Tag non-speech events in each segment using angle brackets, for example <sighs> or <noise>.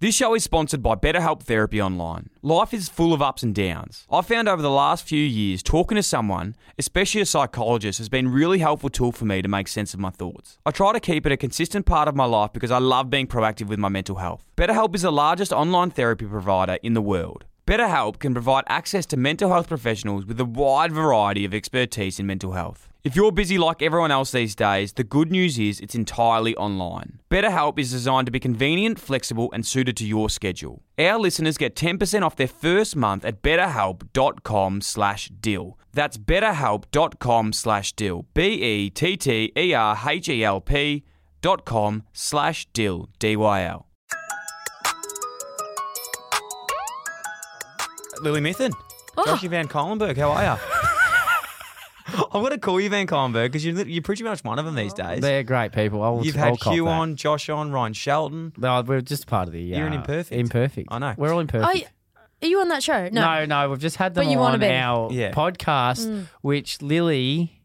This show is sponsored by BetterHelp Therapy Online. Life is full of ups and downs. I've found over the last few years, talking to someone, especially a psychologist, has been a really helpful tool for me to make sense of my thoughts. I try to keep it a consistent part of my life because I love being proactive with my mental health. BetterHelp is the largest online therapy provider in the world. BetterHelp can provide access to mental health professionals with a wide variety of expertise in mental health. If you're busy like everyone else these days, the good news is it's entirely online. BetterHelp is designed to be convenient, flexible, and suited to your schedule. Our listeners get 10% off their first month at betterhelp.com slash deal. That's betterhelp.com slash deal. E B-E-T-T-E-R-H-E-L-P E dot com slash deal. D-Y-L. Lily Mithen. Oh. Joshie Van Colenberg, how are you? I'm going to call you Van Colenberg because you're, lit- you're pretty much one of them these days. They're great people. I'll, You've I'll had cop Hugh that. on, Josh on, Ryan Shelton. No, we're just part of the. You're an uh, imperfect. Imperfect. I know. We're all imperfect. Are you, are you on that show? No. no, no, we've just had them But you wanna on be. Mm. our Yeah. podcast, which Lily,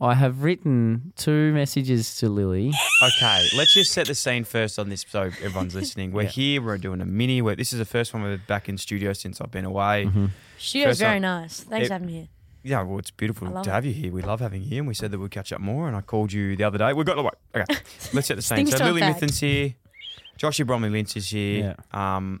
I have written two messages to Lily. Okay, let's just set the scene first on this so <laughs> everyone's listening. We're here, we're doing a mini. We're, this is the first one we're back in studio since I've been away. Mm-hmm. Studio's First very up, nice. Thanks it- for having me here. Yeah, well, it's beautiful I to love it. have you here. We love having you here, and we said that we'd catch up more. And I called you the other day. We've got the way. Okay, <laughs> let's set the scene. Things so to Lily unpack. Mithen's here, Joshy Bromley Lynch is here. Um,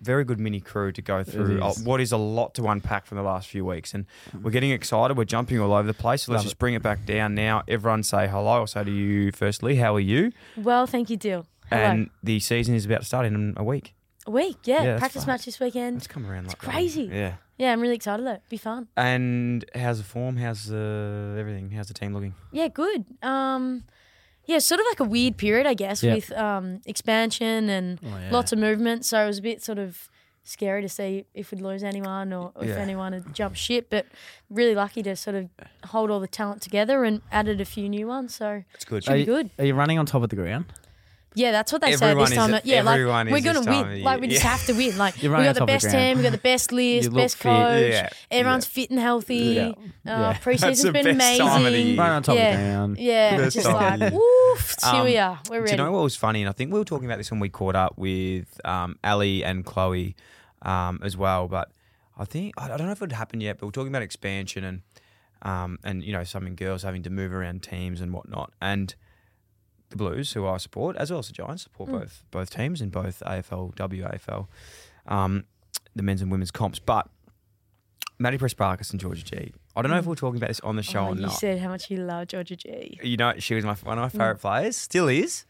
very good mini crew to go through. Uh, is. Mm. what is a lot to unpack from the last few weeks, and we're getting excited. We're jumping all over the place. So let's Love just bring it back down now. Everyone say hello. I'll say to you firstly, how are you? Well, thank you, Dill. Hello. And the season is about to start in a week. a week, Yeah, yeah. that's practice fine. match this weekend. It's come around like that. crazy. Yeah. Yeah, I'm really excited though. Be fun. And how's the form? How's the everything? How's the team looking? Yeah, good. Um, yeah, sort of like a weird period, I guess, Yeah. with um, expansion and Oh, yeah. lots of movement. So it was a bit sort of scary to see if we'd lose anyone or if Yeah. anyone had jumped ship. But really lucky to sort of hold all the talent together and added a few new ones. So It's good. should Are be you- good. Are you running on top of the ground? Yeah, that's what they Everyone say is- this time. yeah, like everyone is we're gonna this time of win. year. Like we just Yeah. have to win. <laughs> Like we You're running got the on top of best the ground. team, we got the best list, You look best fit. coach. Yeah, Everyone's fit and healthy. Yeah. Uh, Yeah. Preseason's the been best amazing. time of the year. Running on top yeah. of the ground. Yeah, Best just time of like the woof, here Um, we are. We're Do ready. you know what was funny? And I think we were talking about this when we caught up with um, Ali and Chloe um, as well. But I think I I don't know if it happened yet, but we're talking about expansion and um, and you know some girls having to move around teams and whatnot. And the Blues, who I support, as well as the Giants, support Hmm. both both teams in both AFL, WAFL, um, the men's and women's comps. But Maddie Press Barkis and Georgia G. I don't know if we we're talking about this on the show Oh, or you not. said how much you love Georgia G. you know, she was my one Mm. of my favorite players, still is.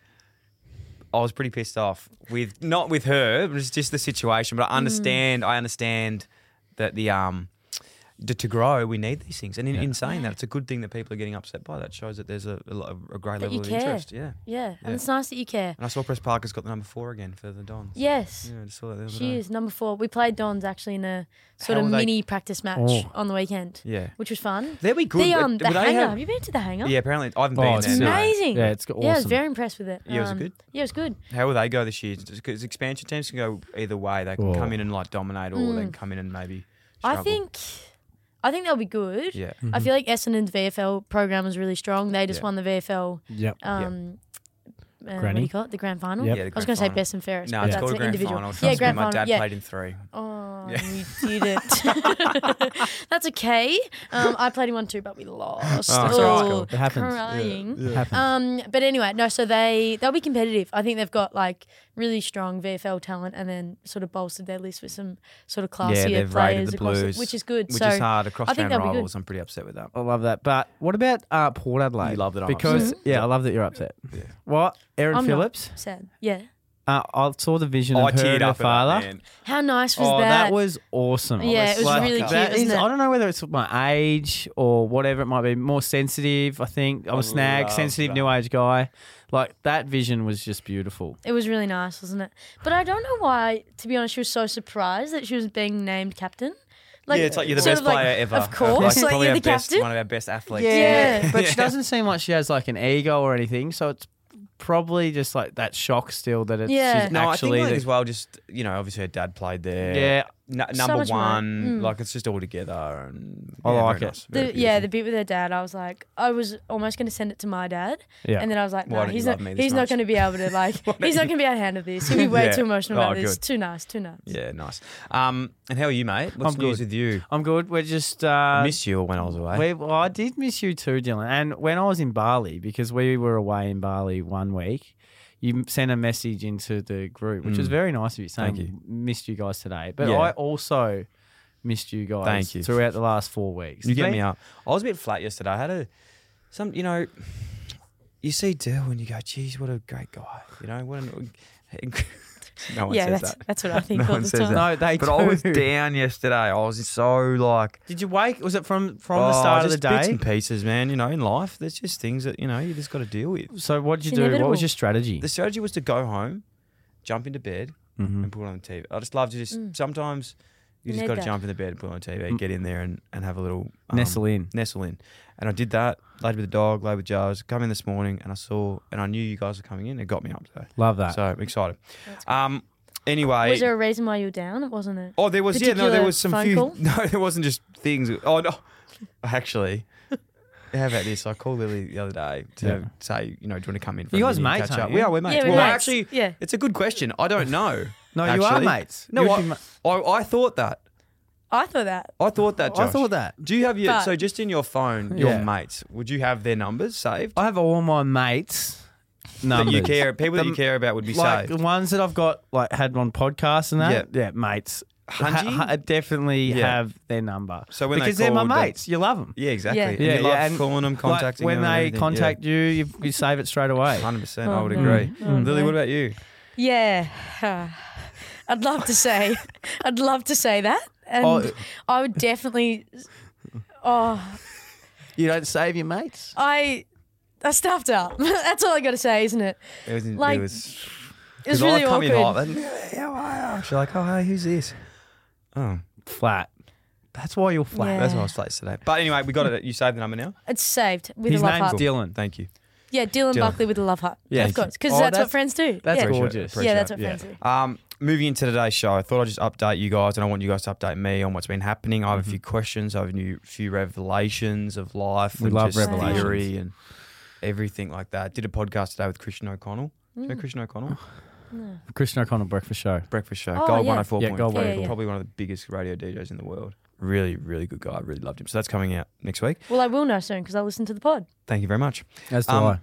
I was pretty pissed off with not with her, it was just the situation. Mm. But I understand, I understand that the um to, to grow we need these things, and in, in saying that, it's a good thing that people are getting upset by. That shows that there's a, a, lo- a great That level you of care. interest. Yeah, Yeah, Yeah. and it's nice that you care. and I saw Press Parker's got the number four again for the Dons. Yes, Yeah, I just saw that the other she day. is number four. We played Dons actually in a How sort of were they- mini practice match Oh. on the weekend, Yeah, which was fun. they'll be good. The, Were- um, the were they hangar. have- Have you been to the hangar? yeah, apparently I haven't Oh, been it's there. It's no. amazing. Yeah, it's awesome. Yeah, I was very impressed with it. Um, Yeah, was it good? Yeah, it was good. How will they go this year? Because expansion teams can go either way. They can Oh. come in and like dominate, or they can come in and maybe. Struggle. Mm. I think, I think they'll be good. Yeah. I feel like Essendon's VFL program is really strong. They just Yeah. won the VFL. Yep. Um, uh, what do Granny? you call it? The grand final. Yep. Yeah, the I was grand going to say final. best and fairest. No, but it's that's called a an grand individual. final. Trust Yeah, me, grand my final. dad yeah. played in three. Oh, Yeah. you did it. <laughs> That's okay. Um, I played in one too, but we lost. Oh, that's all right. It happens. Crying. Hmm. Happens. Um, but anyway, no. So they they'll be competitive. I think they've got like really strong VFL talent, and then sort of bolstered their list with some sort of classier they've raided players, the across Blues, which is good. Which so is hard across I round think they'll be rivals. good. I'm pretty upset with that. I love that. But what about uh, Port Adelaide? You love that I'm because upset. yeah, I love that you're upset. What? Aaron Mm-hmm. I'm not. Phillips. Sad. Yeah. Uh, I saw the vision Oh, I of her teared and her up father. at that. Man. How nice was Oh, that? that was awesome. Yeah, it was Like, really that cute, is- wasn't it? I don't know whether it's my age or whatever it might be. More sensitive, I think. I'm a snag, love sensitive, that. new age guy. Like that vision was just beautiful. It was really nice, wasn't it? But I don't know why, to be honest, she was so surprised that she was being named captain. yeah, it's like you're the sort best of like, player ever. Of course, like, probably you're our the best, captain. one of our best athletes. <laughs> Yeah. but she doesn't seem like she has like an ego or anything. So it's probably just like that shock still that it's Yeah. she's No, I think actually. like the- as well. Just you know, obviously her dad played there. yeah, n- So number much more. one. Mm. Like it's just all together. And, I yeah, very like it. nice, very The, yeah, beautiful. the bit with her dad, I was like, I was almost going to send it to my dad, Yeah. and then I was like, Why no, don't you he's love not, me this he's much? not going to be able <laughs> to like, he's not going to be able to handle this. He'll be way Yeah. too emotional Oh, about this. good. Too nice, too nice. Yeah, nice. Um, and how are you, mate? What's I'm news good. with you? I'm good. We're just uh, I missed you when I was away. We, well, I did miss you too, Dylan. And when I was in Bali, because we were away in Bali one week, you m- sent a message into the group, which was Mm. very nice of you, saying Thank you. missed you guys today. But Yeah. I also missed you guys Thank you. throughout the last four weeks. you get It's me been- up. I was a bit flat yesterday. I had a some, you know, you see Dill and you go, "Geez, what a great guy!" You know, what an <laughs> no one yeah, says that's <laughs> that. <laughs> that's what I think No all one the says time. that. No, they But do. I was down yesterday. I was so like Did you wake? Was it from from Oh, the start of the just bits day? and pieces, man. You know, in life, there's just things that you know you just got to deal with. So what did you It's do? What was inevitable. your strategy? The strategy was to go home, jump into bed, Mhm. and put on the TV. I just love to just sometimes you You just Mm. need got to that. jump in the bed, put on the TV, get in there, and, and have a little um, Nestle in. nestle in. And I did that. Laid with the dog, laid with Jars. Come in this morning, and I saw, and I knew you guys were coming in. It got me up today, Love that. so I'm excited. That's Um, anyway, Was there a reason why you were down? It wasn't it. Oh, there was yeah, no, there particular was some phone few. call? <laughs> No, there wasn't just things. Oh no, actually, how about this? I called Lily the other day to Yeah. say, you know, do you want to come in? For You a guys meeting and mates, catch aren't up? you? We are. We're mates. Yeah, we're well, mates. actually, Yeah. it's a good question. I don't know. <laughs> no, you are actually. mates. No, You'd I, be ma- I, I thought that. I thought that. I thought that. Oh, I Josh. thought that. Do you have your But- so just in your phone, your Yeah. mates? Would you have their numbers saved? I have all my mates. That Numbers. you care, people that you The- care about would be like saved. the ones that I've got like had on podcasts and that. Yeah, mates. Hunji? I definitely Yeah. have their number. So when they because are my called, they- mates, you love them. Yeah, exactly. Yeah. And you love calling them, contacting like, when them, and they everything. contact you, you, you save it straight away. Yeah. 100%, I Oh, would no. agree. Oh, Lily, no. what about you? Yeah. <sighs> I'd love to say, <laughs> I'd love to say that, and Oh. <laughs> I would definitely. Oh, You don't save your mates. I I stuffed up. <laughs> That's all I got to say, isn't it? It was, Like, it was It was Because really I've come awkward. in hot, and, "Hey, how are you?" She's like, oh, hey, who's this? Oh, Flat. That's why you're flat. Yeah. that's what I was late today. But anyway, we got it. You saved the number now. It's saved with His a love name's heart. Dylan. Thank you. yeah, Dylan, Dylan. Buckley with a love heart. Yeah. Yeah, of course, because Oh, that's, that's- what friends do. That's yeah. Appreciate it, gorgeous. appreciate yeah, it. that's what Yeah. friends do. Um, moving into today's show, I thought I'd just update you guys, and I want you guys to update me on what's been happening. I have a few questions, I have a new, few revelations of life. We and love just revelations. theory and everything like that. Did a podcast today with Christian O'Connell. Do you Mm. know Christian O'Connell? Christian O'Connell Breakfast Show. <gasps> Breakfast show, Oh, Gold yeah. 104.4. Yeah, Gold Yeah, 104.4. yeah. Probably one of the biggest radio DJs in the world. Really, really good guy. I really loved him. So that's coming out next week. Well, I will know soon because I listened to the pod. Thank you very <laughs> much. As do Um, I.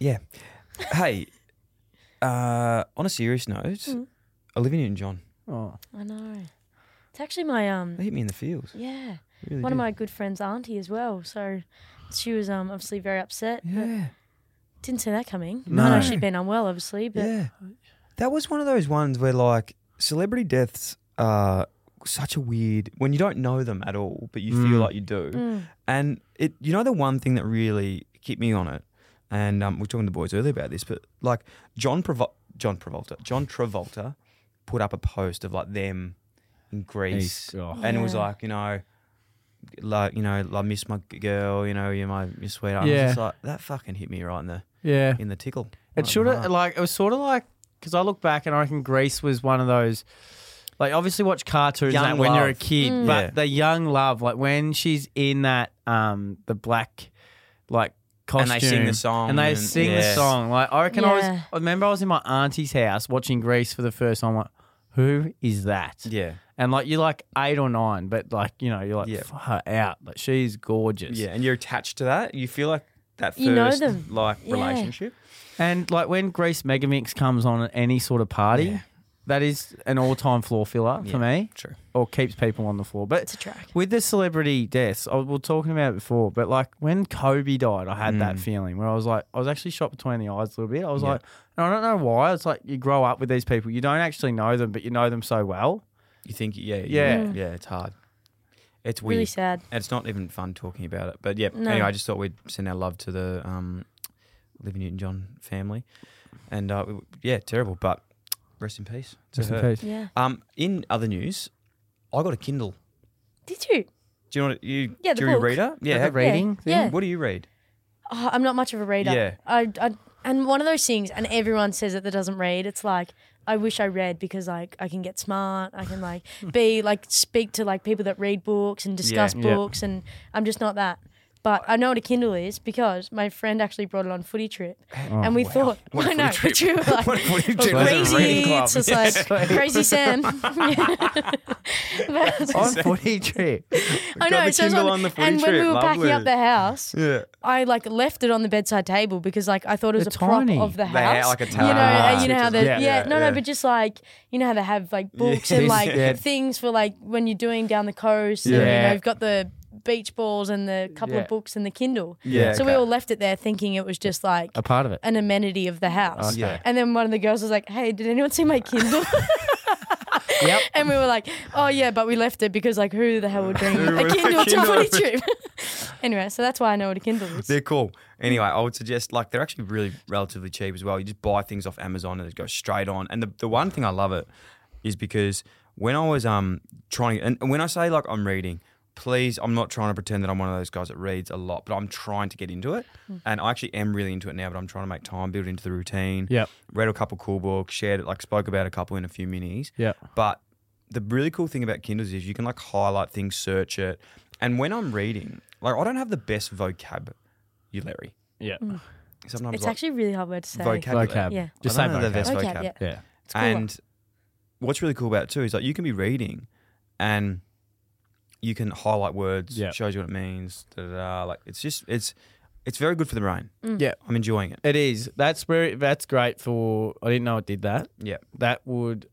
Yeah. Hey, uh, on a serious note, Mm. Olivia Newton John, Oh. I know. It's actually my um. they hit me in the feels. Yeah, They really one of did. my good friends' auntie as well. So she was um obviously very upset. but Yeah. Didn't see that coming. I No. know she'd been unwell, obviously, but Yeah. That was one of those ones where, like, celebrity deaths are such a weird when you don't know them at all, but you feel Mm. like you do. Mm. And it, you know, the one thing that really hit me on it, and um, we were talking to the boys earlier about this, but like John Pravol- John Travolta, John Travolta, put up a post of like them in Greece, Greece, oh. and it was Yeah. like you know, like you know, I miss my g- girl, you know, you're my your sweetheart. Yeah. Yeah. It's like that fucking hit me right in the Yeah. in the tickle. It should have like it was sort of like because I look back and I reckon Greece was one of those. Like obviously watch cartoons and Young that when you're a love. kid, Mm. but Yeah. the young love, like when she's in that um the black like And costume, they sing the song and they and- sing Yeah. the song. Like I reckon I was. Yeah. I remember I was in my auntie's house watching Greece for the first time. Like, who is that? yeah, And like you're like eight or nine, but like you know you're like Yeah. fuck her out. Like she's gorgeous. yeah, and you're attached to that. You feel like that first You know them. like Yeah. relationship. And like when Grease Megamix comes on at any sort of party, Yeah. that is an all-time floor filler Yeah. for me, True. or keeps people on the floor. But it's a track. with the celebrity deaths, I, we were talking about it before, but like when Kobe died, I had that Mm. feeling where I was like, I was actually shot between the eyes a little bit. I was Yeah. like, and I don't know why. It's like you grow up with these people, you don't actually know them, but you know them so well. You think, yeah, yeah, Yeah. yeah. It's hard. It's weird. Really sad. And it's not even fun talking about it. But yeah, No. anyway, I just thought we'd send our love to the um, Olivia Newton John family. And uh, we- yeah, terrible, but rest in peace. to Uh, her. Yeah. Um, in other news, I got a Kindle. Did you? Do you know what you, Yeah, the do you book. read it? Yeah. Like a reading. thing? Yeah. What do you read? Oh, I'm not much of a reader. Yeah. I, I and one of those things, and everyone says it that doesn't read. It's like I wish I read because like I can get smart. I can like be like speak to like people that read books and discuss Yeah. books, and I'm just not that. But I know what a Kindle is because my friend actually brought it on footy trip, and we thought, What a I know, footy <laughs> but you were like, What a footy it was trip. Pleasant crazy. Reading Club. It's just like <laughs> crazy Sam. But- <laughs> on footy trip. I know. Oh, the so it's Kindle on, on the footy and when we trip. were packing up Lovely. the house, Yeah. I like left it on the bedside table because like I thought it was They're a prop tiny. of the They had, house. like, a You know, tab uh, you know how they switches yeah, on. Yeah, no yeah. no, but just like you know how they have like books <laughs> and Yeah. like Yeah. things for like when you're doing down the coast. And, you know, Yeah. you've got the beach balls and the couple Yeah. of books and the Kindle. Yeah, So okay. we all left it there thinking it was just like A part of it. an amenity of the house. Okay. Yeah. And then one of the girls was like, "Hey, did anyone see <laughs> my Kindle?" <laughs> Yep. And we were like, "Oh yeah," but we left it because like, who the hell <laughs> would bring a Kindle to a Kindle? footy trip? <laughs> anyway, so that's why I know what a Kindle is. They're cool. Anyway, I would suggest like they're actually really relatively cheap as well. You just buy things off Amazon and it goes straight on. And the, the one thing I love it is because when I was um trying and when I say like I'm reading, please I'm not trying to pretend that I'm one of those guys that reads a lot, but I'm trying to get into it. And I actually am really into it now, but I'm trying to make time, build into the routine. Yep. Read a couple cool books, shared it, like spoke about a couple in a few minis. Yep. Mm. But the really cool thing about Kindles is you can like highlight things, search it. And when I'm reading, like I don't have the best vocab, you Larry. Yeah. Sometimes It's like actually really hard word to say. vocabulary. Vocab. Mm. Yeah. Oh, I Just say don't know the vocab. best Vocab, vocab. yeah. Yeah. It's cool. And what's really cool about it too is like you can be reading and you can highlight words, Yeah. shows you what it means, da, da, da. like it's just it's it's very good for the brain. Mm. Yeah. I'm enjoying it. It is. That's where that's great for I didn't know it did that. Yeah. That would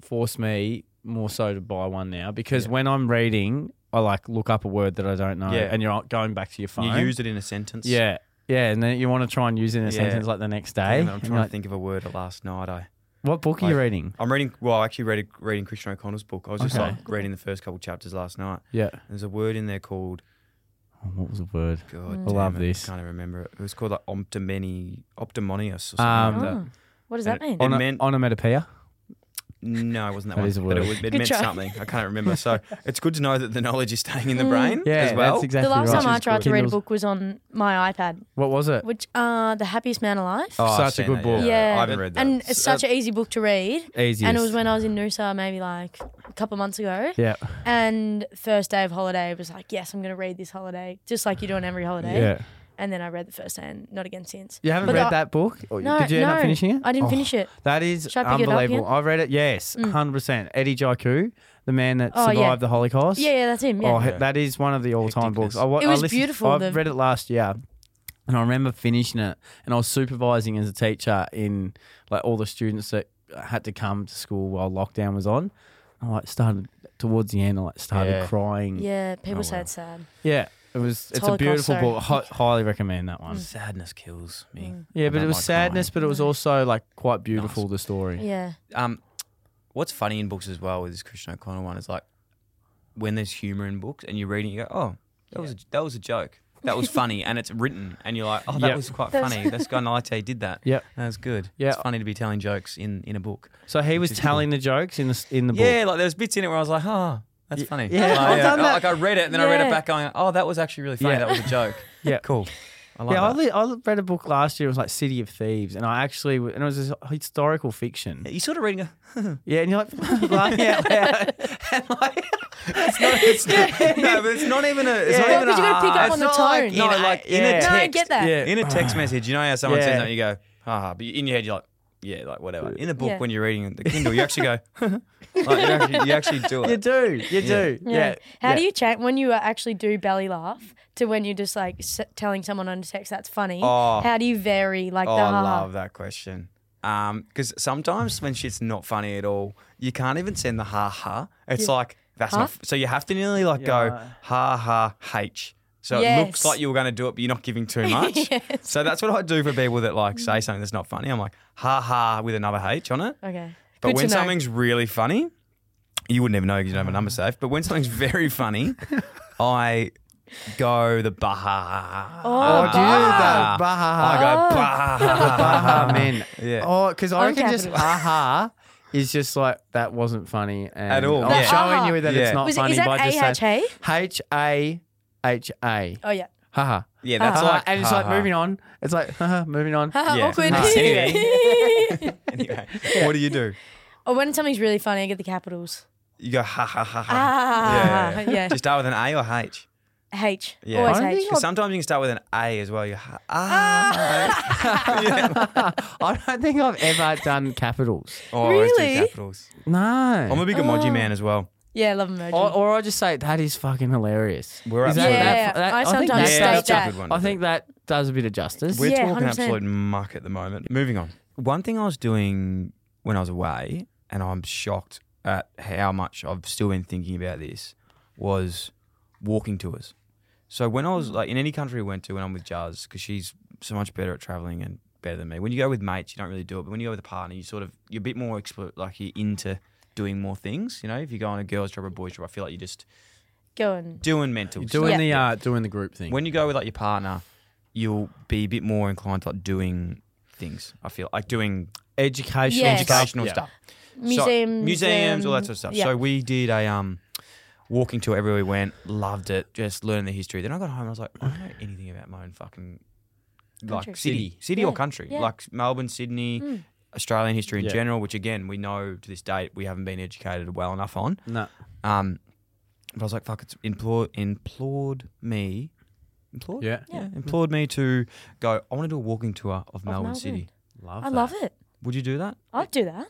force me more so to buy one now because when I'm reading, I like look up a word that I don't know Yeah. and you're going back to your phone. You use it in a sentence. Yeah. Yeah, and then you want to try and use it in a Yeah. sentence like the next day. Damn it, I'm And trying you're like, to think of a word of last night. I What book are like- you reading? I'm reading. Well, I actually read reading Christian O'Connell's book. I was just Okay. like reading the first couple chapters last night. Yeah. There's a word in there called Oh, what was the word? God. Mm. I damn love it, this. Can't even remember it. It was called like optimeni, optimonius or something Um, like that. Oh, what does And that mean? it- Ono- meant- Onomatopoeia. No, it wasn't that, That one. is a But it, word. was, it Good meant try. something. I can't remember. <laughs> So it's good to know that the knowledge is staying in the Mm. brain Yeah, as well. that's exactly the last right. time I Which is tried to read a Kindles. book was on my iPad, What was it? which uh, The Happiest Man Alive. Oh, I've Such a seen good that, book. Yeah. I haven't read that. Uh, and it's such an easy book to read. Easiest. And it was when I was in Noosa maybe like a couple months ago. yeah. And first day of holiday was like, yes, I'm going to read this holiday, just like you do on every holiday. Yeah. And then I read the first day and not again since. You haven't But read I- that book? Or No, Did you end no, up finishing it? I didn't Oh, finish it. That is Should I pick it up unbelievable. again? I've read it. Yes, hundred percent. Eddie Jaiku, the man that Oh, yeah. survived the Holocaust. Yeah, yeah, that's him. Yeah. Oh, he- Yeah. that is one of the all-time books. Hecticness. I, wa- It I was listened- beautiful, I the- read it last year, and I remember finishing it. And I was supervising as a teacher in like all the students that had to come to school while lockdown was on. I like started towards the end. I like started Yeah. crying. yeah, people Oh, say wow. it's sad. Yeah, it was. It's, a Holocaust, beautiful sorry. Mm. book. Hi- highly recommend that one. um, Sadness kills me. Yeah, I'm but not it was like sadness, but it was also like quite beautiful. The story. Yeah. Um, what's funny in books as well with this Christian O'Connell one is like when there's humor in books and you're reading, you go, "Oh, that was a, that was a joke. That <laughs> was funny," and it's written, and you're like, "Oh, that Yep. was quite That's- funny. This guy Nite did <laughs> that. Yep. that's good. Yeah. it's funny to be telling jokes in in a book. So he was is telling the jokes in the s- in the book. Yeah, like there's bits in it where I was like, "Oh, that's funny." yeah, like, I've done oh, that. like I read it and then I read it Yeah. back, going, "Oh, that was actually really funny. Yeah. That was a joke." <laughs> Yeah. cool. I like yeah, I, that. li- I li- read a book last year. It was like City of Thieves, and I actually w- and it was this historical fiction. you sort of reading a. Yeah, and you're like <laughs> laughing out loud. And like, <laughs> It's not, it's not, no, but it's not even a. It's Yeah. not Well, even but a you gotta pick hard- up it's on the not Like, tone. no, In a- like in yeah. a text. No, I get that. Yeah. In a text message, you know how someone says Yeah. something, you go, haha, but in your head, you're like, yeah, like whatever. In a book, Yeah. when you're reading the Kindle, you actually go, <laughs> like, you, actually, you actually do you it. do, you do. Yeah. How do yeah. you check when you uh, actually do belly laugh to when you're just like s- telling someone on text that's funny? Oh. How do you vary like Oh, the I ha love that question. Because sometimes when shit's not funny at all, you can't even send the ha ha. It's like, that's Huh? not. f- So you have to nearly like go Yeah. ha ha H. So it looks Yes. like you were going to do it, but you're not giving <laughs> too much. Yes. So that's what I do for people that like say something that's not funny. I'm like, ha ha with another H on it. Okay. But Good when to know. something's really funny, you wouldn't even know because you don't have a number safe. But when something's very <laughs> funny, I go the baha. Oh, Oh, do you do that? I <laughs> Baha, go Oh. baha. <laughs> baha, man. Yeah. Oh, because I On reckon just capital. aha is just like that wasn't funny and At all. I'm That aha. showing you that Yeah. it's not Was it- funny is that by just saying H A H A. Oh yeah. <laughs> Haha. Yeah, that's Haha. like. Uh-huh. and it's ha like <laughs> ha. <laughs> moving on. It's like haha, moving on. Ha, Yeah. Awkward. Nah, anyway. anyway, what do you do? <laughs> Or when something's really funny, I get the capitals. You go ha ha ha ha. Ah, yeah, yeah, yeah. yeah. Do you start with an A or H? H. Yeah. Always I don't H. <laughs> think Because sometimes you can start with an A as well. You ha- ah. I don't think I've ever done capitals. Oh, I always do Really? capitals. No. I'm a big emoji man as well. yeah, love emoji. or, Oh, or I just say that is fucking hilarious. We're Is absolutely- Yeah, I think sometimes that state does- that. I think that does a bit of justice. We're Yeah, talking 100%. absolute muck at the moment. Moving on. One thing I was doing when I was away, and I'm shocked at how much I've still been thinking about this, was walking tours. So when I was like in any country I went to, when I'm with Jazz, because she's so much better at traveling and better than me. When you go with mates, you don't really do it, but when you go with a partner, you sort of you're a bit more expl- like you're into doing more things. You know, if you go on a girls' trip or a boys' trip, I feel like you're just Go and doing mental. stuff. doing the uh, doing the group thing. When you go with like your partner, you'll be a bit more inclined to like doing things. I feel like doing education, Yes. educational Yeah. stuff, So- Museums, museums, all that um, sort of stuff. yeah. So we did a um walking tour everywhere we went. Loved it. Just learning the history. Then I got home. and I was like, I don't know anything about my own fucking like Country. city, City. city or Yeah, country, yeah. Hmm. like Melbourne, Sydney. Australian history in Yeah. general, which again we know to this date we haven't been educated well enough on. No. Um, but I was like, fuck, it's implore, implored me. Implored? Yeah. yeah. Implored me to go, I want to do a walking tour of, Melbourne, Melbourne. City. Love I love it. Would you do that? I'd do that.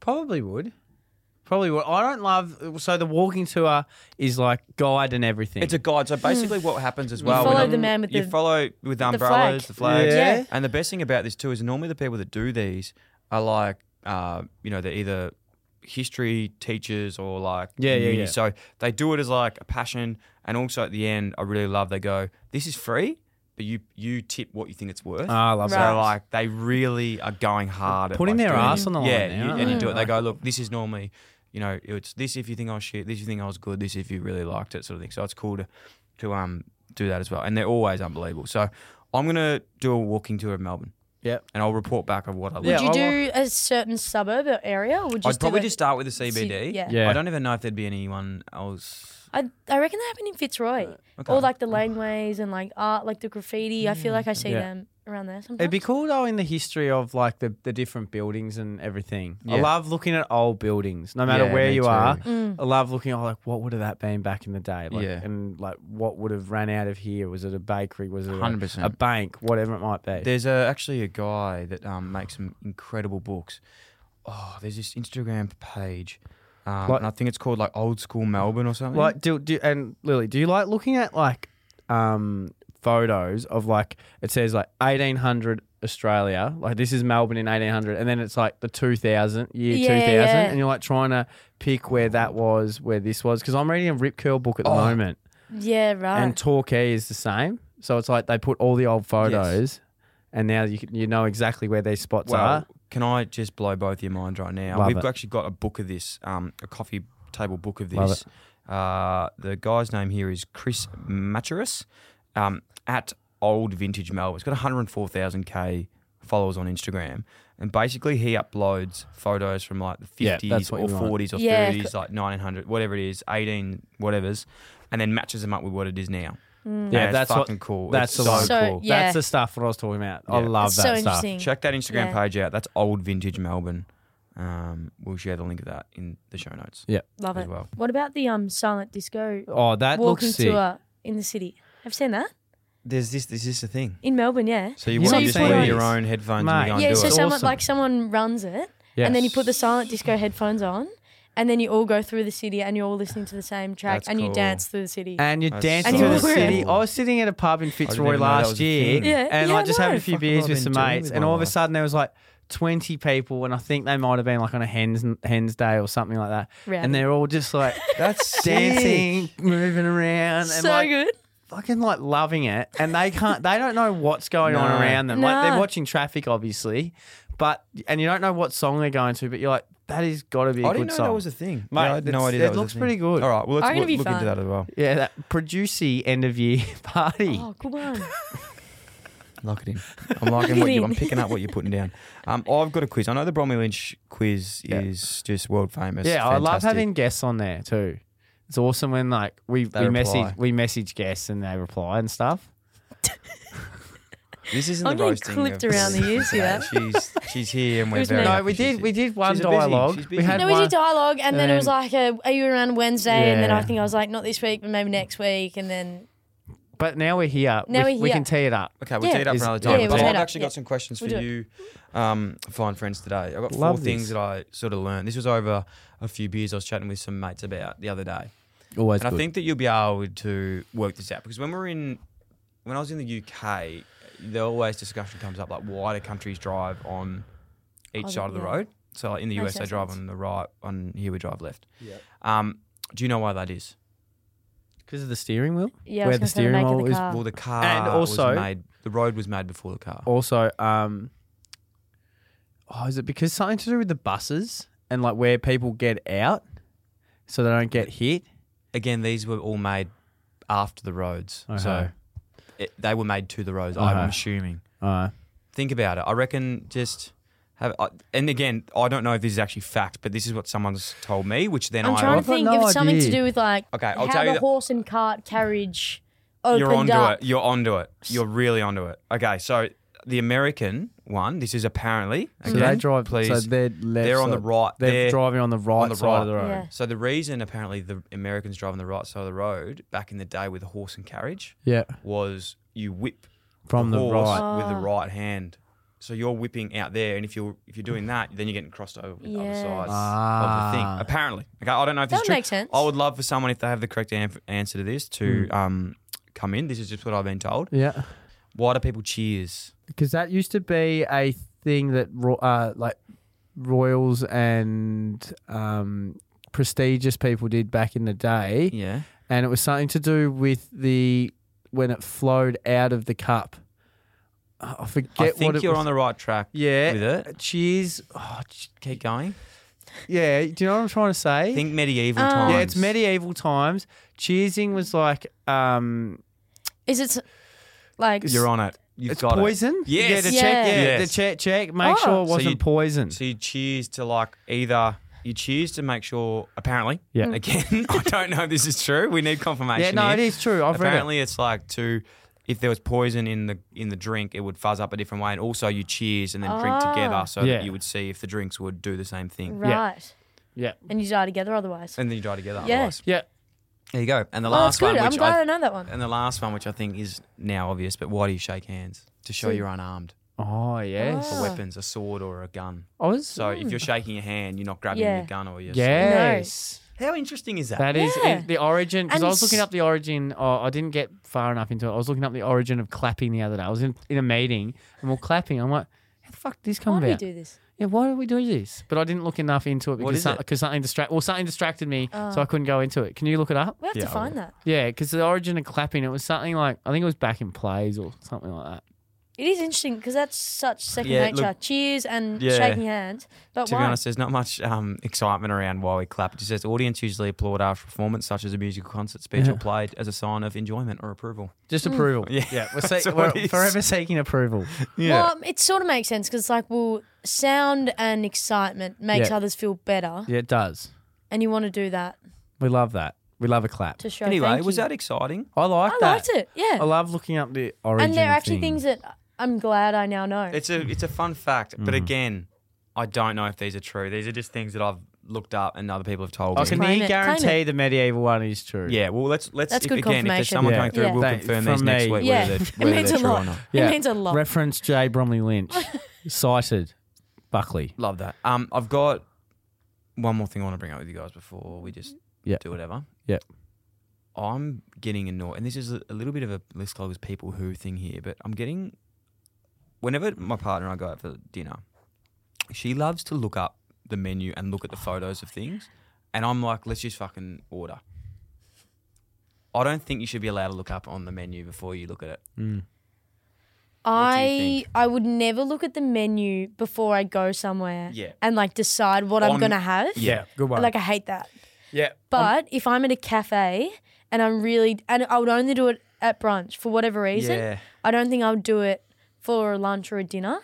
Probably would. Probably would. I don't love. So the walking tour is like guide and everything. It's a guide. So basically, what happens as Hmm. You well. follow when- the man with you the- follow with flag. umbrellas, the, flags. Yeah. Yeah. And the best thing about this too is normally the people that do these are like, uh, you know, they're either history teachers or like Yeah, yeah, uni. yeah. So they do it as like a passion. And also at the end, I really love. They go, this is free, but you you tip what you think it's worth. Ah, I love so Right. like they really are going hard, Putting at like their doing ass it. on the line Yeah, now, you- and you aren't do it. they? They go, look, this is normally. You know, it's this if you think I was shit, this if you think I was good, this if you really liked it, sort of thing. So it's cool to to um do that as well. And they're always unbelievable. So I'm gonna do a walking tour of Melbourne. Yep. And I'll report back of what I learned. Yeah, Would you I do a certain suburb or area? Or would you I'd probably do just start with the CBD. yeah. Yeah. I don't even know if there'd be anyone else. I, I reckon that happened in Fitzroy. okay. Or like the laneways and like art, like the graffiti. I feel like I see Yeah. them around there sometimes. It'd be cool though in the history of like the, the different buildings and everything. I Yeah. love looking at old buildings, no matter Yeah, where me you too. are. Mm. I love looking at like what would have that been back in the day, like Yeah. and like what would have ran out of here. Was it a bakery? Was it a, 100%. a bank? Whatever it might be. There's a, actually a guy that um, makes some incredible books. Oh, there's this Instagram page, um, Like- and I think it's called like Old School Melbourne or something. Like do, do and Lily, do you like looking at like um photos of like it says like 1800 Australia, like this is Melbourne in 1800, and then it's like the 2000 year Yeah, 2000, yeah. and you're like trying to pick where that was, where this was, because I'm reading a Rip Curl book at the Oh. moment, Yeah, right. and Torquay is the same, so it's like they put all the old photos. And now you, can- you know exactly where these spots Well, are. can I just blow both your minds right now? Love We've it. actually got a book of this, um, a coffee table book of Love this. Uh, the guy's name here is Chris Maturis um, at Old Vintage Melbourne. It's got 104,000k followers on Instagram, and basically he uploads photos from like the Yeah, 50s that's what or you want. 40s or Yeah, 30s, like 1900, whatever it is, 18, whatever's, and then matches them up with what it is now. Mm. And Yeah, it's that's what- fucking cool. that's It's the so, one. So- cool. Yeah. That's the stuff what I was talking about. I Yeah. love It's that so stuff. interesting. Check that Instagram Yeah. page out. That's Old Vintage Melbourne. Um, we'll share the link of that in the show notes Love as it. well. What about the um silent disco Oh, that walking looks sick. tour in the city? I've seen that There's this. This is the thing. in Melbourne. Yeah. So you You want know to you just put wear on- your own headphones Mate. and you go and yeah. do So it. someone Awesome. like someone runs it, and then you put the silent disco headphones on, and then you all go through the city, and you're all listening to the same track, That's and cool. you dance through the city. and you're That's dancing so through the cool. city. I was sitting at a pub in even Fitzroy know that last was a year, thing. Yeah, and yeah, like just I having know. a few Fuck, beers I've with been some doing mates, with and my all of a life. sudden there was like twenty people, and I think they might have been like on a hens hens day or something like that, Rowdy. and they're all just <laughs> like <laughs> That's dancing, moving around, and so like good. fucking like loving it, and they can't, they don't know what's going No. on around them. Like No. they're watching traffic, obviously, but and you don't know what song they're going to, but you're like, that is got to be a I good didn't know song. that was a thing. Mate, yeah, I had no it's- idea. it that was a looks thing. pretty good. All right. Well, let's I'm gonna look, be look fun. into that as well. yeah, that producey end of year <laughs> party. Oh, good one. Lock <laughs> it in. I'm liking Lock what it you. in. I'm picking up what you're putting down. Um, I've got a quiz. I know the Bromley Lynch quiz Yeah. is just world famous. Yeah, I love Fantastic. having guests on there too. It's awesome when like we They we reply. message we message guests and they reply and stuff. This isn't I'm the getting roasting. clipped of- around the <laughs> ears here. She's she's here and we're was very me. No, happy we she's did. here. we did one She's busy, dialogue. she's we busy. had No, we one. did dialogue, and then it was then- like, a, "Are you around Wednesday?" And then Yeah. I think I was like, "Not this week, but maybe next week." And then but now we're here. Now we, we're we here. can tee it up. Okay, we'll Yeah. tee it up Is- for another yeah, time. we'll But tee it I've up, actually yeah. got some questions We'll for do you, um, fine friends today. I've got four Love things this. that I sort of learned. This was over a few beers. I was chatting with some mates about the other day, Always and I think that you'll be able to work this out because when we're in, when I was in the UK, there always discussion comes up like why do countries drive on each Oh, side of the yeah. road? So like in the US, Makes they no drive sense. on the right. On here, we drive left. Um, do you know why that is? because of the steering wheel. Where yeah, I was the gonna say steering make of wheel the is- car. Well, the car And also- was made. The road was made before the car. Also, um, oh, is it because something to do with the buses and like where people get out, so they don't get hit? again, these were all made after the roads, so Okay. it, they were made to the roads. Okay. I'm assuming. Uh, Think about it. I reckon just have. I and again, I don't know if this is actually fact, but this is what someone's told me, which then I'm I. trying I've to got think no if it's something to idea. do with like Okay, I'll how tell you the that- horse and cart carriage <laughs> opened You're onto up. it. You're onto it. You're really onto it. Okay, so the American one. This is apparently. so again, they drive. Please. So they're left They're on the side- right. They're, They're- driving on the right the side of the right. road. Yeah. so the reason apparently the Americans drive on the right side of the road back in the day with a horse and carriage Yeah, was you whip from the, horse right. with the Ah. right hand. So you're whipping out there, and if you're if you're doing that, then you're getting crossed over with the other Yes. side of the Ah. thing. Apparently, okay, I don't know if That this is would true. make sense. I would love for someone if they have the correct an- answer to this to Hmm. um, come in. This is just what I've been told. Yeah, Why do people cheers? because that used to be a thing that ro- uh, like royals and um, prestigious people did back in the day. Yeah, and it was something to do with the when it flowed out of the cup. I I forget I think what it you're was. on the right track. yeah, with it. Cheers. Oh, ch- Keep going. yeah, do you know what I'm trying to say? Think medieval Um, times. yeah, it's medieval times. Cheersing was like um, Is it s- like You're on it. You've it's got poison. it. Yes. yeah, to Yeah. check. Yeah, Yes. to check, check. Make Oh. sure it So wasn't you- poison. So you cheers to like either you cheers to make sure. Apparently, Yeah. Mm. Again, <laughs> I don't know if this is true. We need confirmation. yeah, no, here. it is true. I've Apparently, it's like to if there was poison in the in the drink, it would fuzz up a different way, and also you cheers and then drink Ah. together, so Yeah. that you would see if the drinks would do the same thing, right? read it. Yeah, And you die together otherwise. and then you die together. Yeah. Otherwise. yeah. There you go. And the Oh, that's last good. one, I'm which glad I, I, know that one. and the last one, which I think is now obvious, but why do you shake hands to show See. you're unarmed Oh yes. for Ah. Mm. weapons, a sword or a gun? I was So if you're shaking your hand, you're not grabbing Yeah. your gun or your sword. yes. How interesting is that? That is Yeah. in- the origin. Because And I was looking s- up the origin. Oh, I didn't get far enough into it. I was looking up the origin of clapping the other day. I was in, in a meeting and we're clapping. I'm like, how the fuck did this come Why do we about? do this? yeah, why do we do this? But I didn't look enough into it What because is some- it? 'cause something distract. Well, something distracted me, so Oh. I couldn't go into it. Can you look it up? We have Yeah, to I find that. Yeah, because the origin of clapping, it was something like I think it was back in plays or something like that. It is interesting because that's such second Yeah, nature. look- Cheers and Yeah. shaking hands. But To why? be honest, there's not much um, excitement around why we clap. It just says audience usually applaud after performance, such as a musical concert, speech, Yeah. or played as a sign of enjoyment or approval. <laughs> Just Mm. approval. Yeah, <laughs> we're, that's se- what we're it forever is. seeking approval. Well, um, it sort of makes sense because, like, well, sound and excitement makes Yeah. others feel better, Yeah, it does. and you want to do that We love that. We love a clap. to show. Anyway, thank was you. that exciting? I like I that. liked it. Yeah, I love looking up the origin. and there are actually thing. things that I'm glad I now know. It's a it's a fun fact, but again, I don't know if these are true. These are just things that I've looked up and other people have told I me. can Claim near it, guarantee claim the medieval one is true. yeah, well, let's let's That's if, good again if there's confirmation. someone Yeah. coming through, Yeah. we'll Thank- confirm from these next me. week yeah, whether <laughs> it they're, whether means they're a true or lot. not. Yeah. It means a lot. Reference J. Bromley <laughs> Lynch. Cited. Buckley. Love that. Um, I've got one more thing I want to bring up with you guys before we just Yeah. do whatever. Yeah. I'm getting annoyed, and this is a, a little bit of a list cloggers people who thing here, but I'm getting whenever my partner and I go out for dinner, she loves to look up the menu and look at the photos of things, and I'm like, let's just fucking order. I don't think you should be allowed to look up on the menu before you look at it. I think? I would never look at the menu before I go somewhere Yeah. and like decide what I'm On- gonna have. Yeah, good Like I hate that. yeah. But if I'm at a cafe and I'm really and I would only do it at brunch for whatever reason. Yeah. I don't think I would do it for a lunch or a dinner.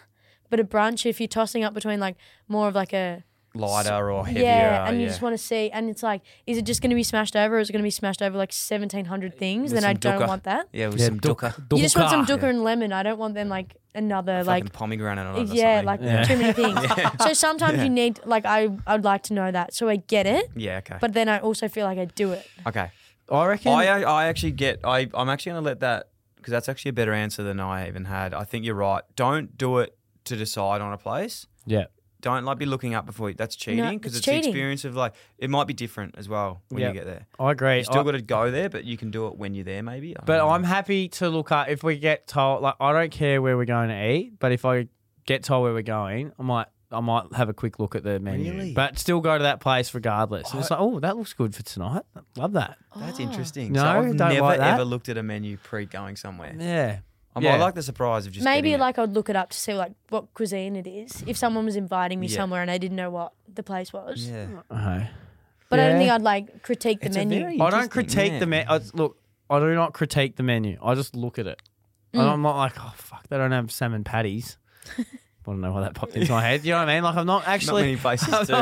But a brunch if you're tossing up between like more of like a lighter or heavier. yeah, uh, and you yeah. just want to see, and it's like, is it just going to be smashed over, or is it going to be smashed over like seventeen hundred things? With then I some don't dukkha. want that. yeah, with Yeah, some duck- dukkha, You just want some dukkha. dukkha and lemon. I don't want then like another like like pomegranate on it. Or yeah, something. like Yeah. too many <laughs> things. So sometimes you need like I I'd like to know that, so I get it, yeah, okay, but then I also feel like I do it. okay. I uh, reckon. I I actually get I I'm actually gonna let that because that's actually a better answer than I even had. I think you're right. Don't do it to decide on a place. yeah. Don't like be looking up before you, that's cheating because it's it's, the cheating. experience of like it might be different as well when Yeah. you get there. I agree. You still I- got to go there, but you can do it when you're there maybe. I don't But know. I'm happy to look at if we get told like I don't care where we're going to eat, but if I get told where we're going, I might I might have a quick look at the menu. Really? But still go to that place regardless. And it's like, oh, that looks good for tonight. Love that. Oh. that's interesting. No, so I've don't never like that. ever looked at a menu pre going somewhere. Yeah. I'm, yeah. I like the surprise of just Maybe getting like I'd look it up to see like what cuisine it is. If someone was inviting me Yeah. somewhere and I didn't know what the place it. was, <laughs> yeah. Uh-huh. Okay. but I Yeah. don't think I'd like critique the It's a menu. very- I don't Interesting, critique yeah. the menu. Look, I do not critique the menu. I just look at it. And Mm. I'm not like, oh fuck, they don't have salmon patties. <laughs> I don't know why that popped into my head. You know what I mean? Like I'm not Not actually. many places <laughs> do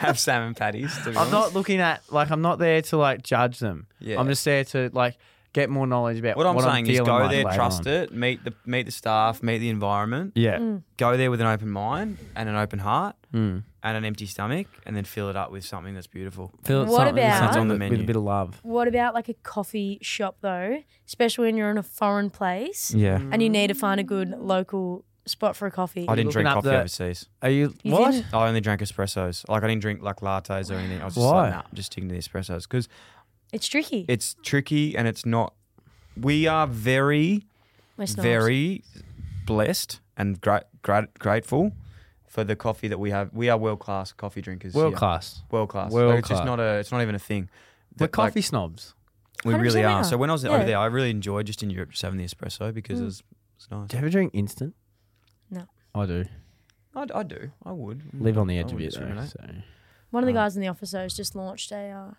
have salmon patties. To be I'm honest. not looking at like I'm not there to like judge them. Yeah. I'm just there to like get more knowledge about What I'm saying is feeling go like there, later trust on. it, meet the meet the staff, meet the environment. Yeah. Mm. Go there with an open mind and an open heart and an empty stomach, and then fill it up with something that's beautiful. Feel What something with about- something On the with- with menu. a bit of love. What about like a coffee shop though? Especially when you're in a foreign place Yeah. and you need to find a good local spot for a coffee. I didn't looking drink up coffee the- overseas. Are you, You what? didn't- I only drank espressos. Like I didn't drink like lattes or anything. I was just Why? like, nah, I'm just sticking to the espressos because It's tricky. it's tricky and it's not. We are very, We're snobs. very blessed and gra- gra- grateful for the coffee that we have. We are world class coffee drinkers. World here. class. World class. Like, World it's just class. not a. It's not even a thing. We're That, like, coffee snobs. We 100% really we are. are. So when I was Yeah. Hmm. over there, I really enjoyed just in Europe just having the espresso because it, was, it was Do nice. you ever drink instant? No. I do. I, I do. I would. Live on the edge I of wouldn't it though. discriminate. So. One of the guys in the office though has just launched a uh,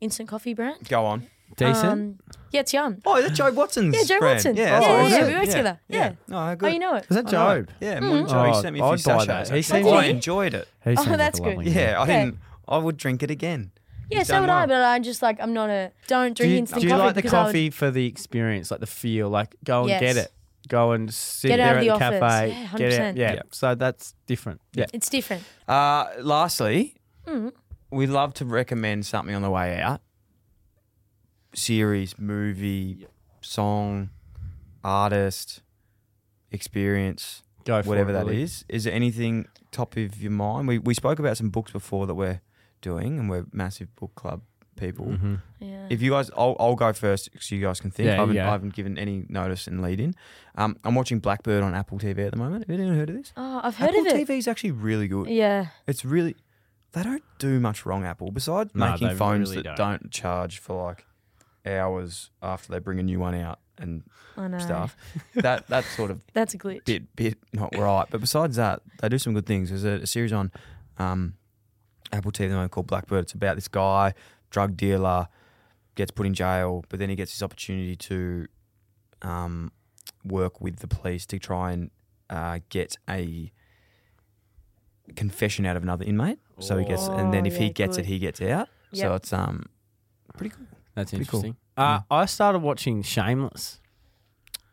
instant coffee brand. Go on. Decent. Um, yeah, it's yum. Oh, is that Joe Watson's Yeah, Joe brand? Watson. Yeah, Yeah, that's yeah, awesome. yeah, we worked together. Yeah. No, Oh, good. you Mm-hmm. know it. Is that I know. Job? Yeah, morning Joe. Oh, he sent me a few I'd buy sachets. that. He actually. seems I like- enjoyed it. He seems like Oh, that's a good. lovely guy. Yeah, I Okay. didn't. I would drink it again. Yeah, He's so done would I, well. but I'm just like I'm not a don't Do drink you, instant do you coffee like the because I would- coffee for the experience, like the feel? Like go and get Yes. it. Go and sit Get out there of at the the office. cafe. Yeah, get out. 100%. Yeah. Yeah. So that's different. Yeah. it's different. Mm-hmm. Uh, lastly, we love to recommend something on the way out series, movie, song, artist, experience, Go for whatever it, that is. Lily. is. there anything top of your mind? We, we spoke about some books before that we're doing, and we're massive book club people. Yeah. If you guys, I'll, I'll go first so you guys can think. Mm-hmm. Yeah, I, haven't, yeah. I haven't given any notice and lead in. Um, I'm watching Blackbird on Apple TV at the moment. Have you ever heard of this? oh, I've heard Apple of it. TV is actually really good. Yeah. It's really they don't do much wrong. Apple besides No, they making phones really that don't. don't. charge for like hours after they bring a new one out and I know. stuff. that that's sort of That's a glitch. bit bit not right. But besides that, they do some good things. There's a, a series on um, Apple TV at the moment called Blackbird. It's about this guy, drug dealer, gets put in jail, but then he gets this opportunity to um, work with the police to try and uh, get a confession out of another inmate. So he gets, and then Oh, if he yeah, gets good. it, he gets out. So Yep. it's um pretty cool. That's Pretty cool. interesting. Uh, I started watching Shameless.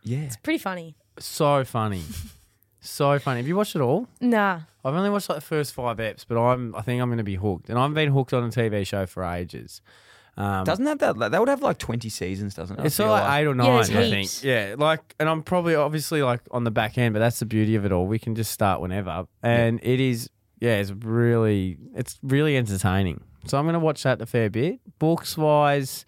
Yeah. Pretty funny. <laughs> So funny. so funny. Have you watched it all? Nah. I've only watched like the first five eps, but I'm I think I'm gonna be hooked. And I've been hooked on a TV show for ages. Um, Doesn't that that that would have like twenty seasons, doesn't it? I it's sort feel of like eight or nine, Yeah, I there's think. heaps. Yeah, like, and I'm probably obviously like on the back end, but that's the beauty of it all. We can just start whenever, and it is, yeah, it's really, it's really entertaining. So I'm gonna watch that a fair bit. Books wise,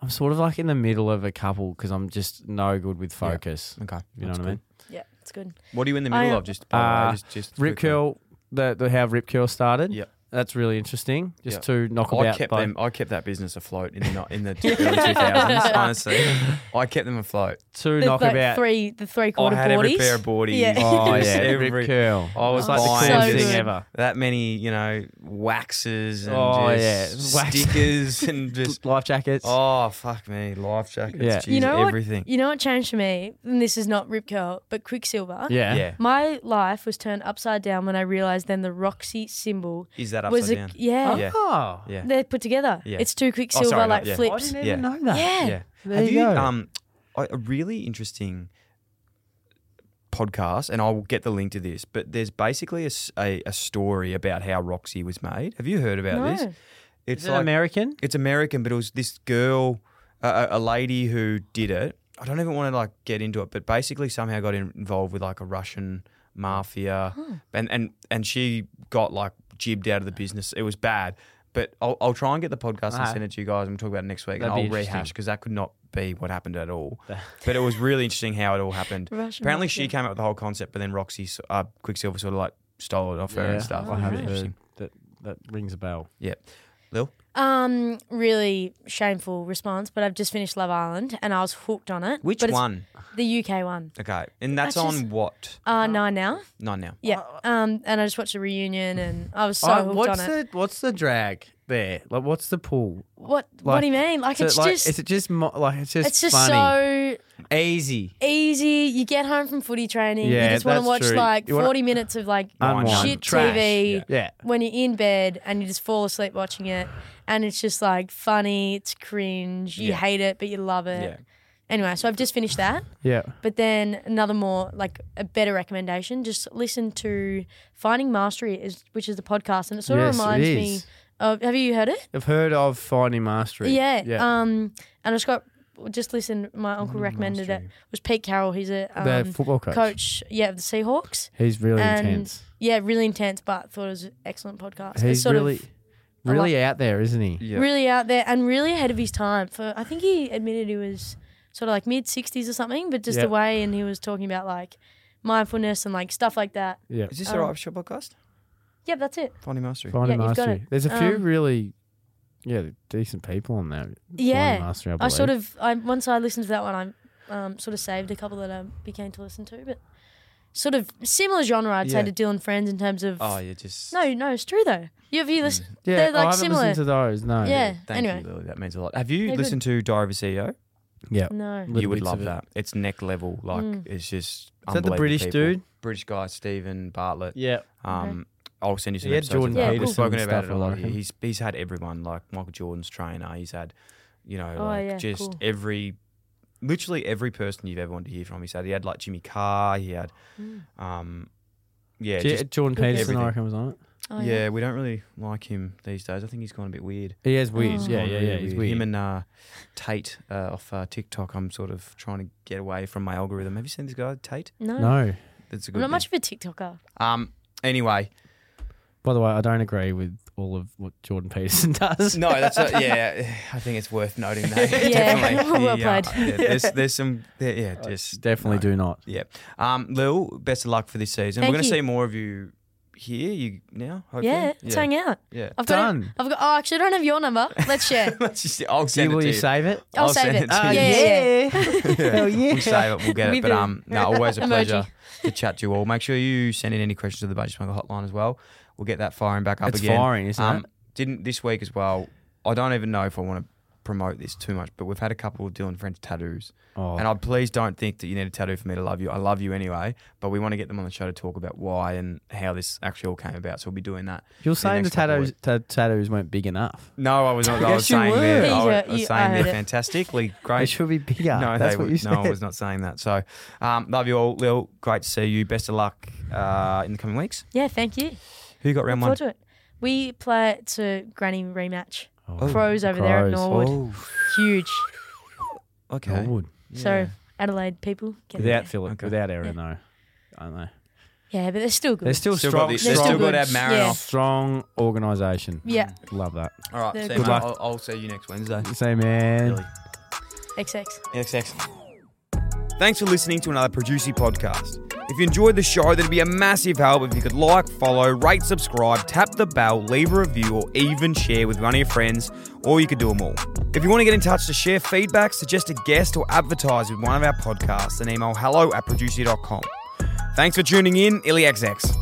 I'm sort of like in the middle of a couple because I'm just no good with focus. okay. You know that's what I cool. mean? Yeah, it's good. What are you in the I, middle uh, of? Just, by the way, uh, just, just Rip quickly. curl, the, the how rip curl started. Yep. that's really interesting. Just Yep. to knock I about. kept both- them. I kept that business afloat in the ni- <laughs> in the early two thousands. <laughs> Honestly, I kept them afloat. To The, knock like, about. three, the three Oh, I quarter had every boardies. pair of boardies. Yeah. <laughs> <laughs> Oh yeah, every, rip curl. I was It's like like Oh, the buying coolest so thing good. ever. that many, you know, waxes and Oh, just yeah, wax. stickers <laughs> and just Life jackets. oh fuck me, life jackets, Yeah. geez, you know everything. What, you know what changed for me? And this is not Rip Curl, but Quicksilver. Yeah. yeah, My life was turned upside down when I realized then the Roxy symbol is that that upside was a down. yeah. Yeah. Oh. Yeah. They're put together. Yeah. Oh, It's two quicksilver sorry, no, like yeah. I flips. didn't Yeah. even Yeah. know that. Yeah. There Have you you, go. um a a really interesting podcast, and I'll get the link to this. But there's basically a, s- a- a story about how Roxy was made. Have you heard about this? No. It's Is it American? it's American, but it was this girl, a, a a lady who did it. I don't even want to like get into it, but basically somehow got in- involved with like a Russian mafia, and and and she got like jibbed out of the business. It was bad, but I'll, I'll try and get the podcast and Alright. send it to you guys. and we'll talk about it next week, That'd and be I'll interesting. rehash because that could not be what happened at <laughs> all. but it was really interesting how it all happened. Russian Apparently, she mafia. came up with the whole concept, but then Roxy, s- uh, Quicksilver, sort of like stole it off her and Oh, stuff. Oh, I It was have really heard interesting. that. That rings a bell. Yeah, Lil. Um, really shameful response, but I've just finished Love Island and I was hooked on it. Which But it's one? The UK one. Okay, and that's That's on just- what? Uh, nine now. Not now. Yeah. Um, and I just watched a reunion and I was so Uh, hooked what's on the it. what's the drag there? Like, what's the pull? What What like, do you mean? Like So, it's like, just is it just mo- like it's just it's just funny, so easy? easy. You get home from footy training. Yeah, you just want that's to watch true. like You wanna- 40 minutes of like Unwind. shit Trash. TV Yeah. Yeah. when you're in bed and you just fall asleep watching it. And it's just like funny, it's cringe. You Yeah. hate it, but you love it. Yeah. Anyway, so I've just finished that. Yeah. But then another more like a better recommendation, just listen to Finding Mastery, is, which is the podcast, and it sort Yes, of it reminds me is. of. Have you heard it? I've heard of Finding Mastery. Yeah. Yeah. Um, and I just got just listened. My uncle recommended it. It was Pete Carroll. He's a the um, football coach. coach. Yeah, of the Seahawks. He's really and intense. Yeah, really intense, but thought it was an excellent podcast. It's He's sort really, of I really out there, isn't he? Yeah. really out there and really ahead of his time. For I think he admitted he was sort of like mid sixties or something, but just Yeah. the way and he was talking about like mindfulness and like stuff like that. Yeah. Is this Um, the right shop podcast? Yep, that's it. Finding Mastery. Finding Yeah, you've got Mastery. it. There's a few Um, really, yeah, decent people on there. Yeah. Finding Mastery, I, I believe. sort of I once I listened to that one, I um, sort of saved a couple that I became to listen to, but sort of similar genre I'd say Yeah. to Dylan Friends in terms of Oh, you just no, no, it's true though. You have you listened? yeah. they're, I like, haven't similar. listened to those. Mm, No. Yeah. Thank anyway. you, Lily. That means a lot. Have you They're listened to Diary of a CEO? Yeah. No. Little you would bits love of it. that. It's neck level. Like Mm. it's just. Is that the unbelievable British people. dude? British guy Stephen Bartlett. Yeah. Um, I'll send you some He had episodes. Jordan of that. Peterson We've spoken and about stuff, it a I lot. reckon. He's he's had everyone like Michael Jordan's trainer. He's had, you know, Oh, like yeah, just cool. every, literally every person you've ever wanted to hear from. He's had. He had like Jimmy Carr. He had, um, yeah, J- just, Jordan Good Peterson, I everything. reckon, was on it. Oh, yeah. We don't really like him these days. I think he's gone a bit weird. He is weird. Oh. Yeah, yeah, yeah. Really He's weird. weird. Him and uh, Tate uh, off uh, TikTok. I'm sort of trying to get away from my algorithm. Have you seen this guy, Tate? No. no. That's a I'm good. not much name. of a TikToker. Um. <laughs> Anyway, By the way, I don't agree with all of what Jordan Peterson <laughs> does. no, that's a, yeah. <sighs> I think it's worth noting that. <laughs> <laughs> Yeah. Definitely. Well Yeah, played. yeah, there's there's some there- yeah. Just Uh, Definitely no. do not. Yeah. Um. Lil, best of luck for this season. Thank We're gonna you. see more of you here. You now. Hopefully. Yeah, let's hang out. Yeah. <laughs> I've got. Done. I've got. Oh, actually, I don't have your number. Let's share. Let's just. I'll See, send it will to you you. save it? I'll I'll Ah, save send it. Ah, it to yeah, you. yeah, yeah. Hell yeah. We'll save it. We'll get We it. But do. um, no, always a <laughs> Emoji. pleasure to chat to you all. Make sure you send in any questions to the Budget Smoker Hotline as well. We'll get that firing back up It's again. Um, firing, isn't it? Didn't this week as well. I don't even know if I want to promote this too much, but we've had a couple of Dylan French tattoos, Oh. and I please don't think that you need a tattoo for me to love you. I love you anyway, but we want to get them on the show to talk about why and how this actually all came about. So we'll be doing that. You're in saying the next couple of tattoos, ta- tattoos weren't big enough. No, I was not. I was Yes, you saying were. they're, I You- was, I was you- I saying heard they're it. fantastically They great. should be bigger. No, That's they what were- you said. no, I was not saying that. So, um, love you all, Lil. Great to see you. Best of luck uh, in the coming weeks. Yeah, thank you. Who got Look round one? forward to it. We play to Granny rematch. Oh, Crows over there at Crows. Norwood. Huge. Oh, okay. Norwood. So Adelaide people get in Without there. Philip, Okay. without Aaron, though. I don't know. Yeah, but they're still good. They're still, Still got strong. the- They're they've still still got good. Ab Yeah. Marinoff. Strong organisation. Yeah. Love that. All right, They're see you, good. mate. luck. I'll, I'll see you next Wednesday. Say, man. Really. XX. XX. Thanks for listening to another Producy podcast. If you enjoyed the show, that'd be a massive help if you could like, follow, rate, subscribe, tap the bell, leave a review, or even share with one of your friends, or you could do them all. If you want to get in touch to share feedback, suggest a guest, or advertise with one of our podcasts, then email hello at producer.com. Thanks for tuning in, IllyXX.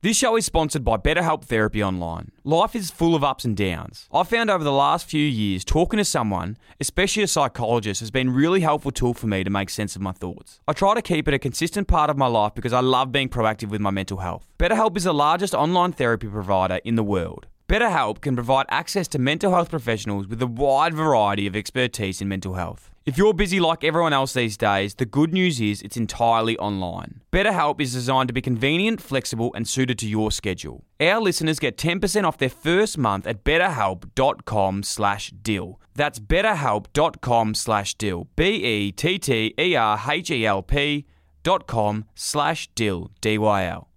This show is sponsored by BetterHelp Therapy Online. Life is full of ups and downs. I've found over the last few years, talking to someone, especially a psychologist, has been a really helpful tool for me to make sense of my thoughts. I try to keep it a consistent part of my life because I love being proactive with my mental health. BetterHelp is the largest online therapy provider in the world. BetterHelp can provide access to mental health professionals with a wide variety of expertise in mental health. If you're busy like everyone else these days, the good news is it's entirely online. BetterHelp is designed to be convenient, flexible, and suited to your schedule. Our listeners get 10% off their first month at betterhelp.com slash deal. That's betterhelp.com slash deal. E B-E-T-T-E-R-H-E-L-P dot com slash deal. D-Y-L.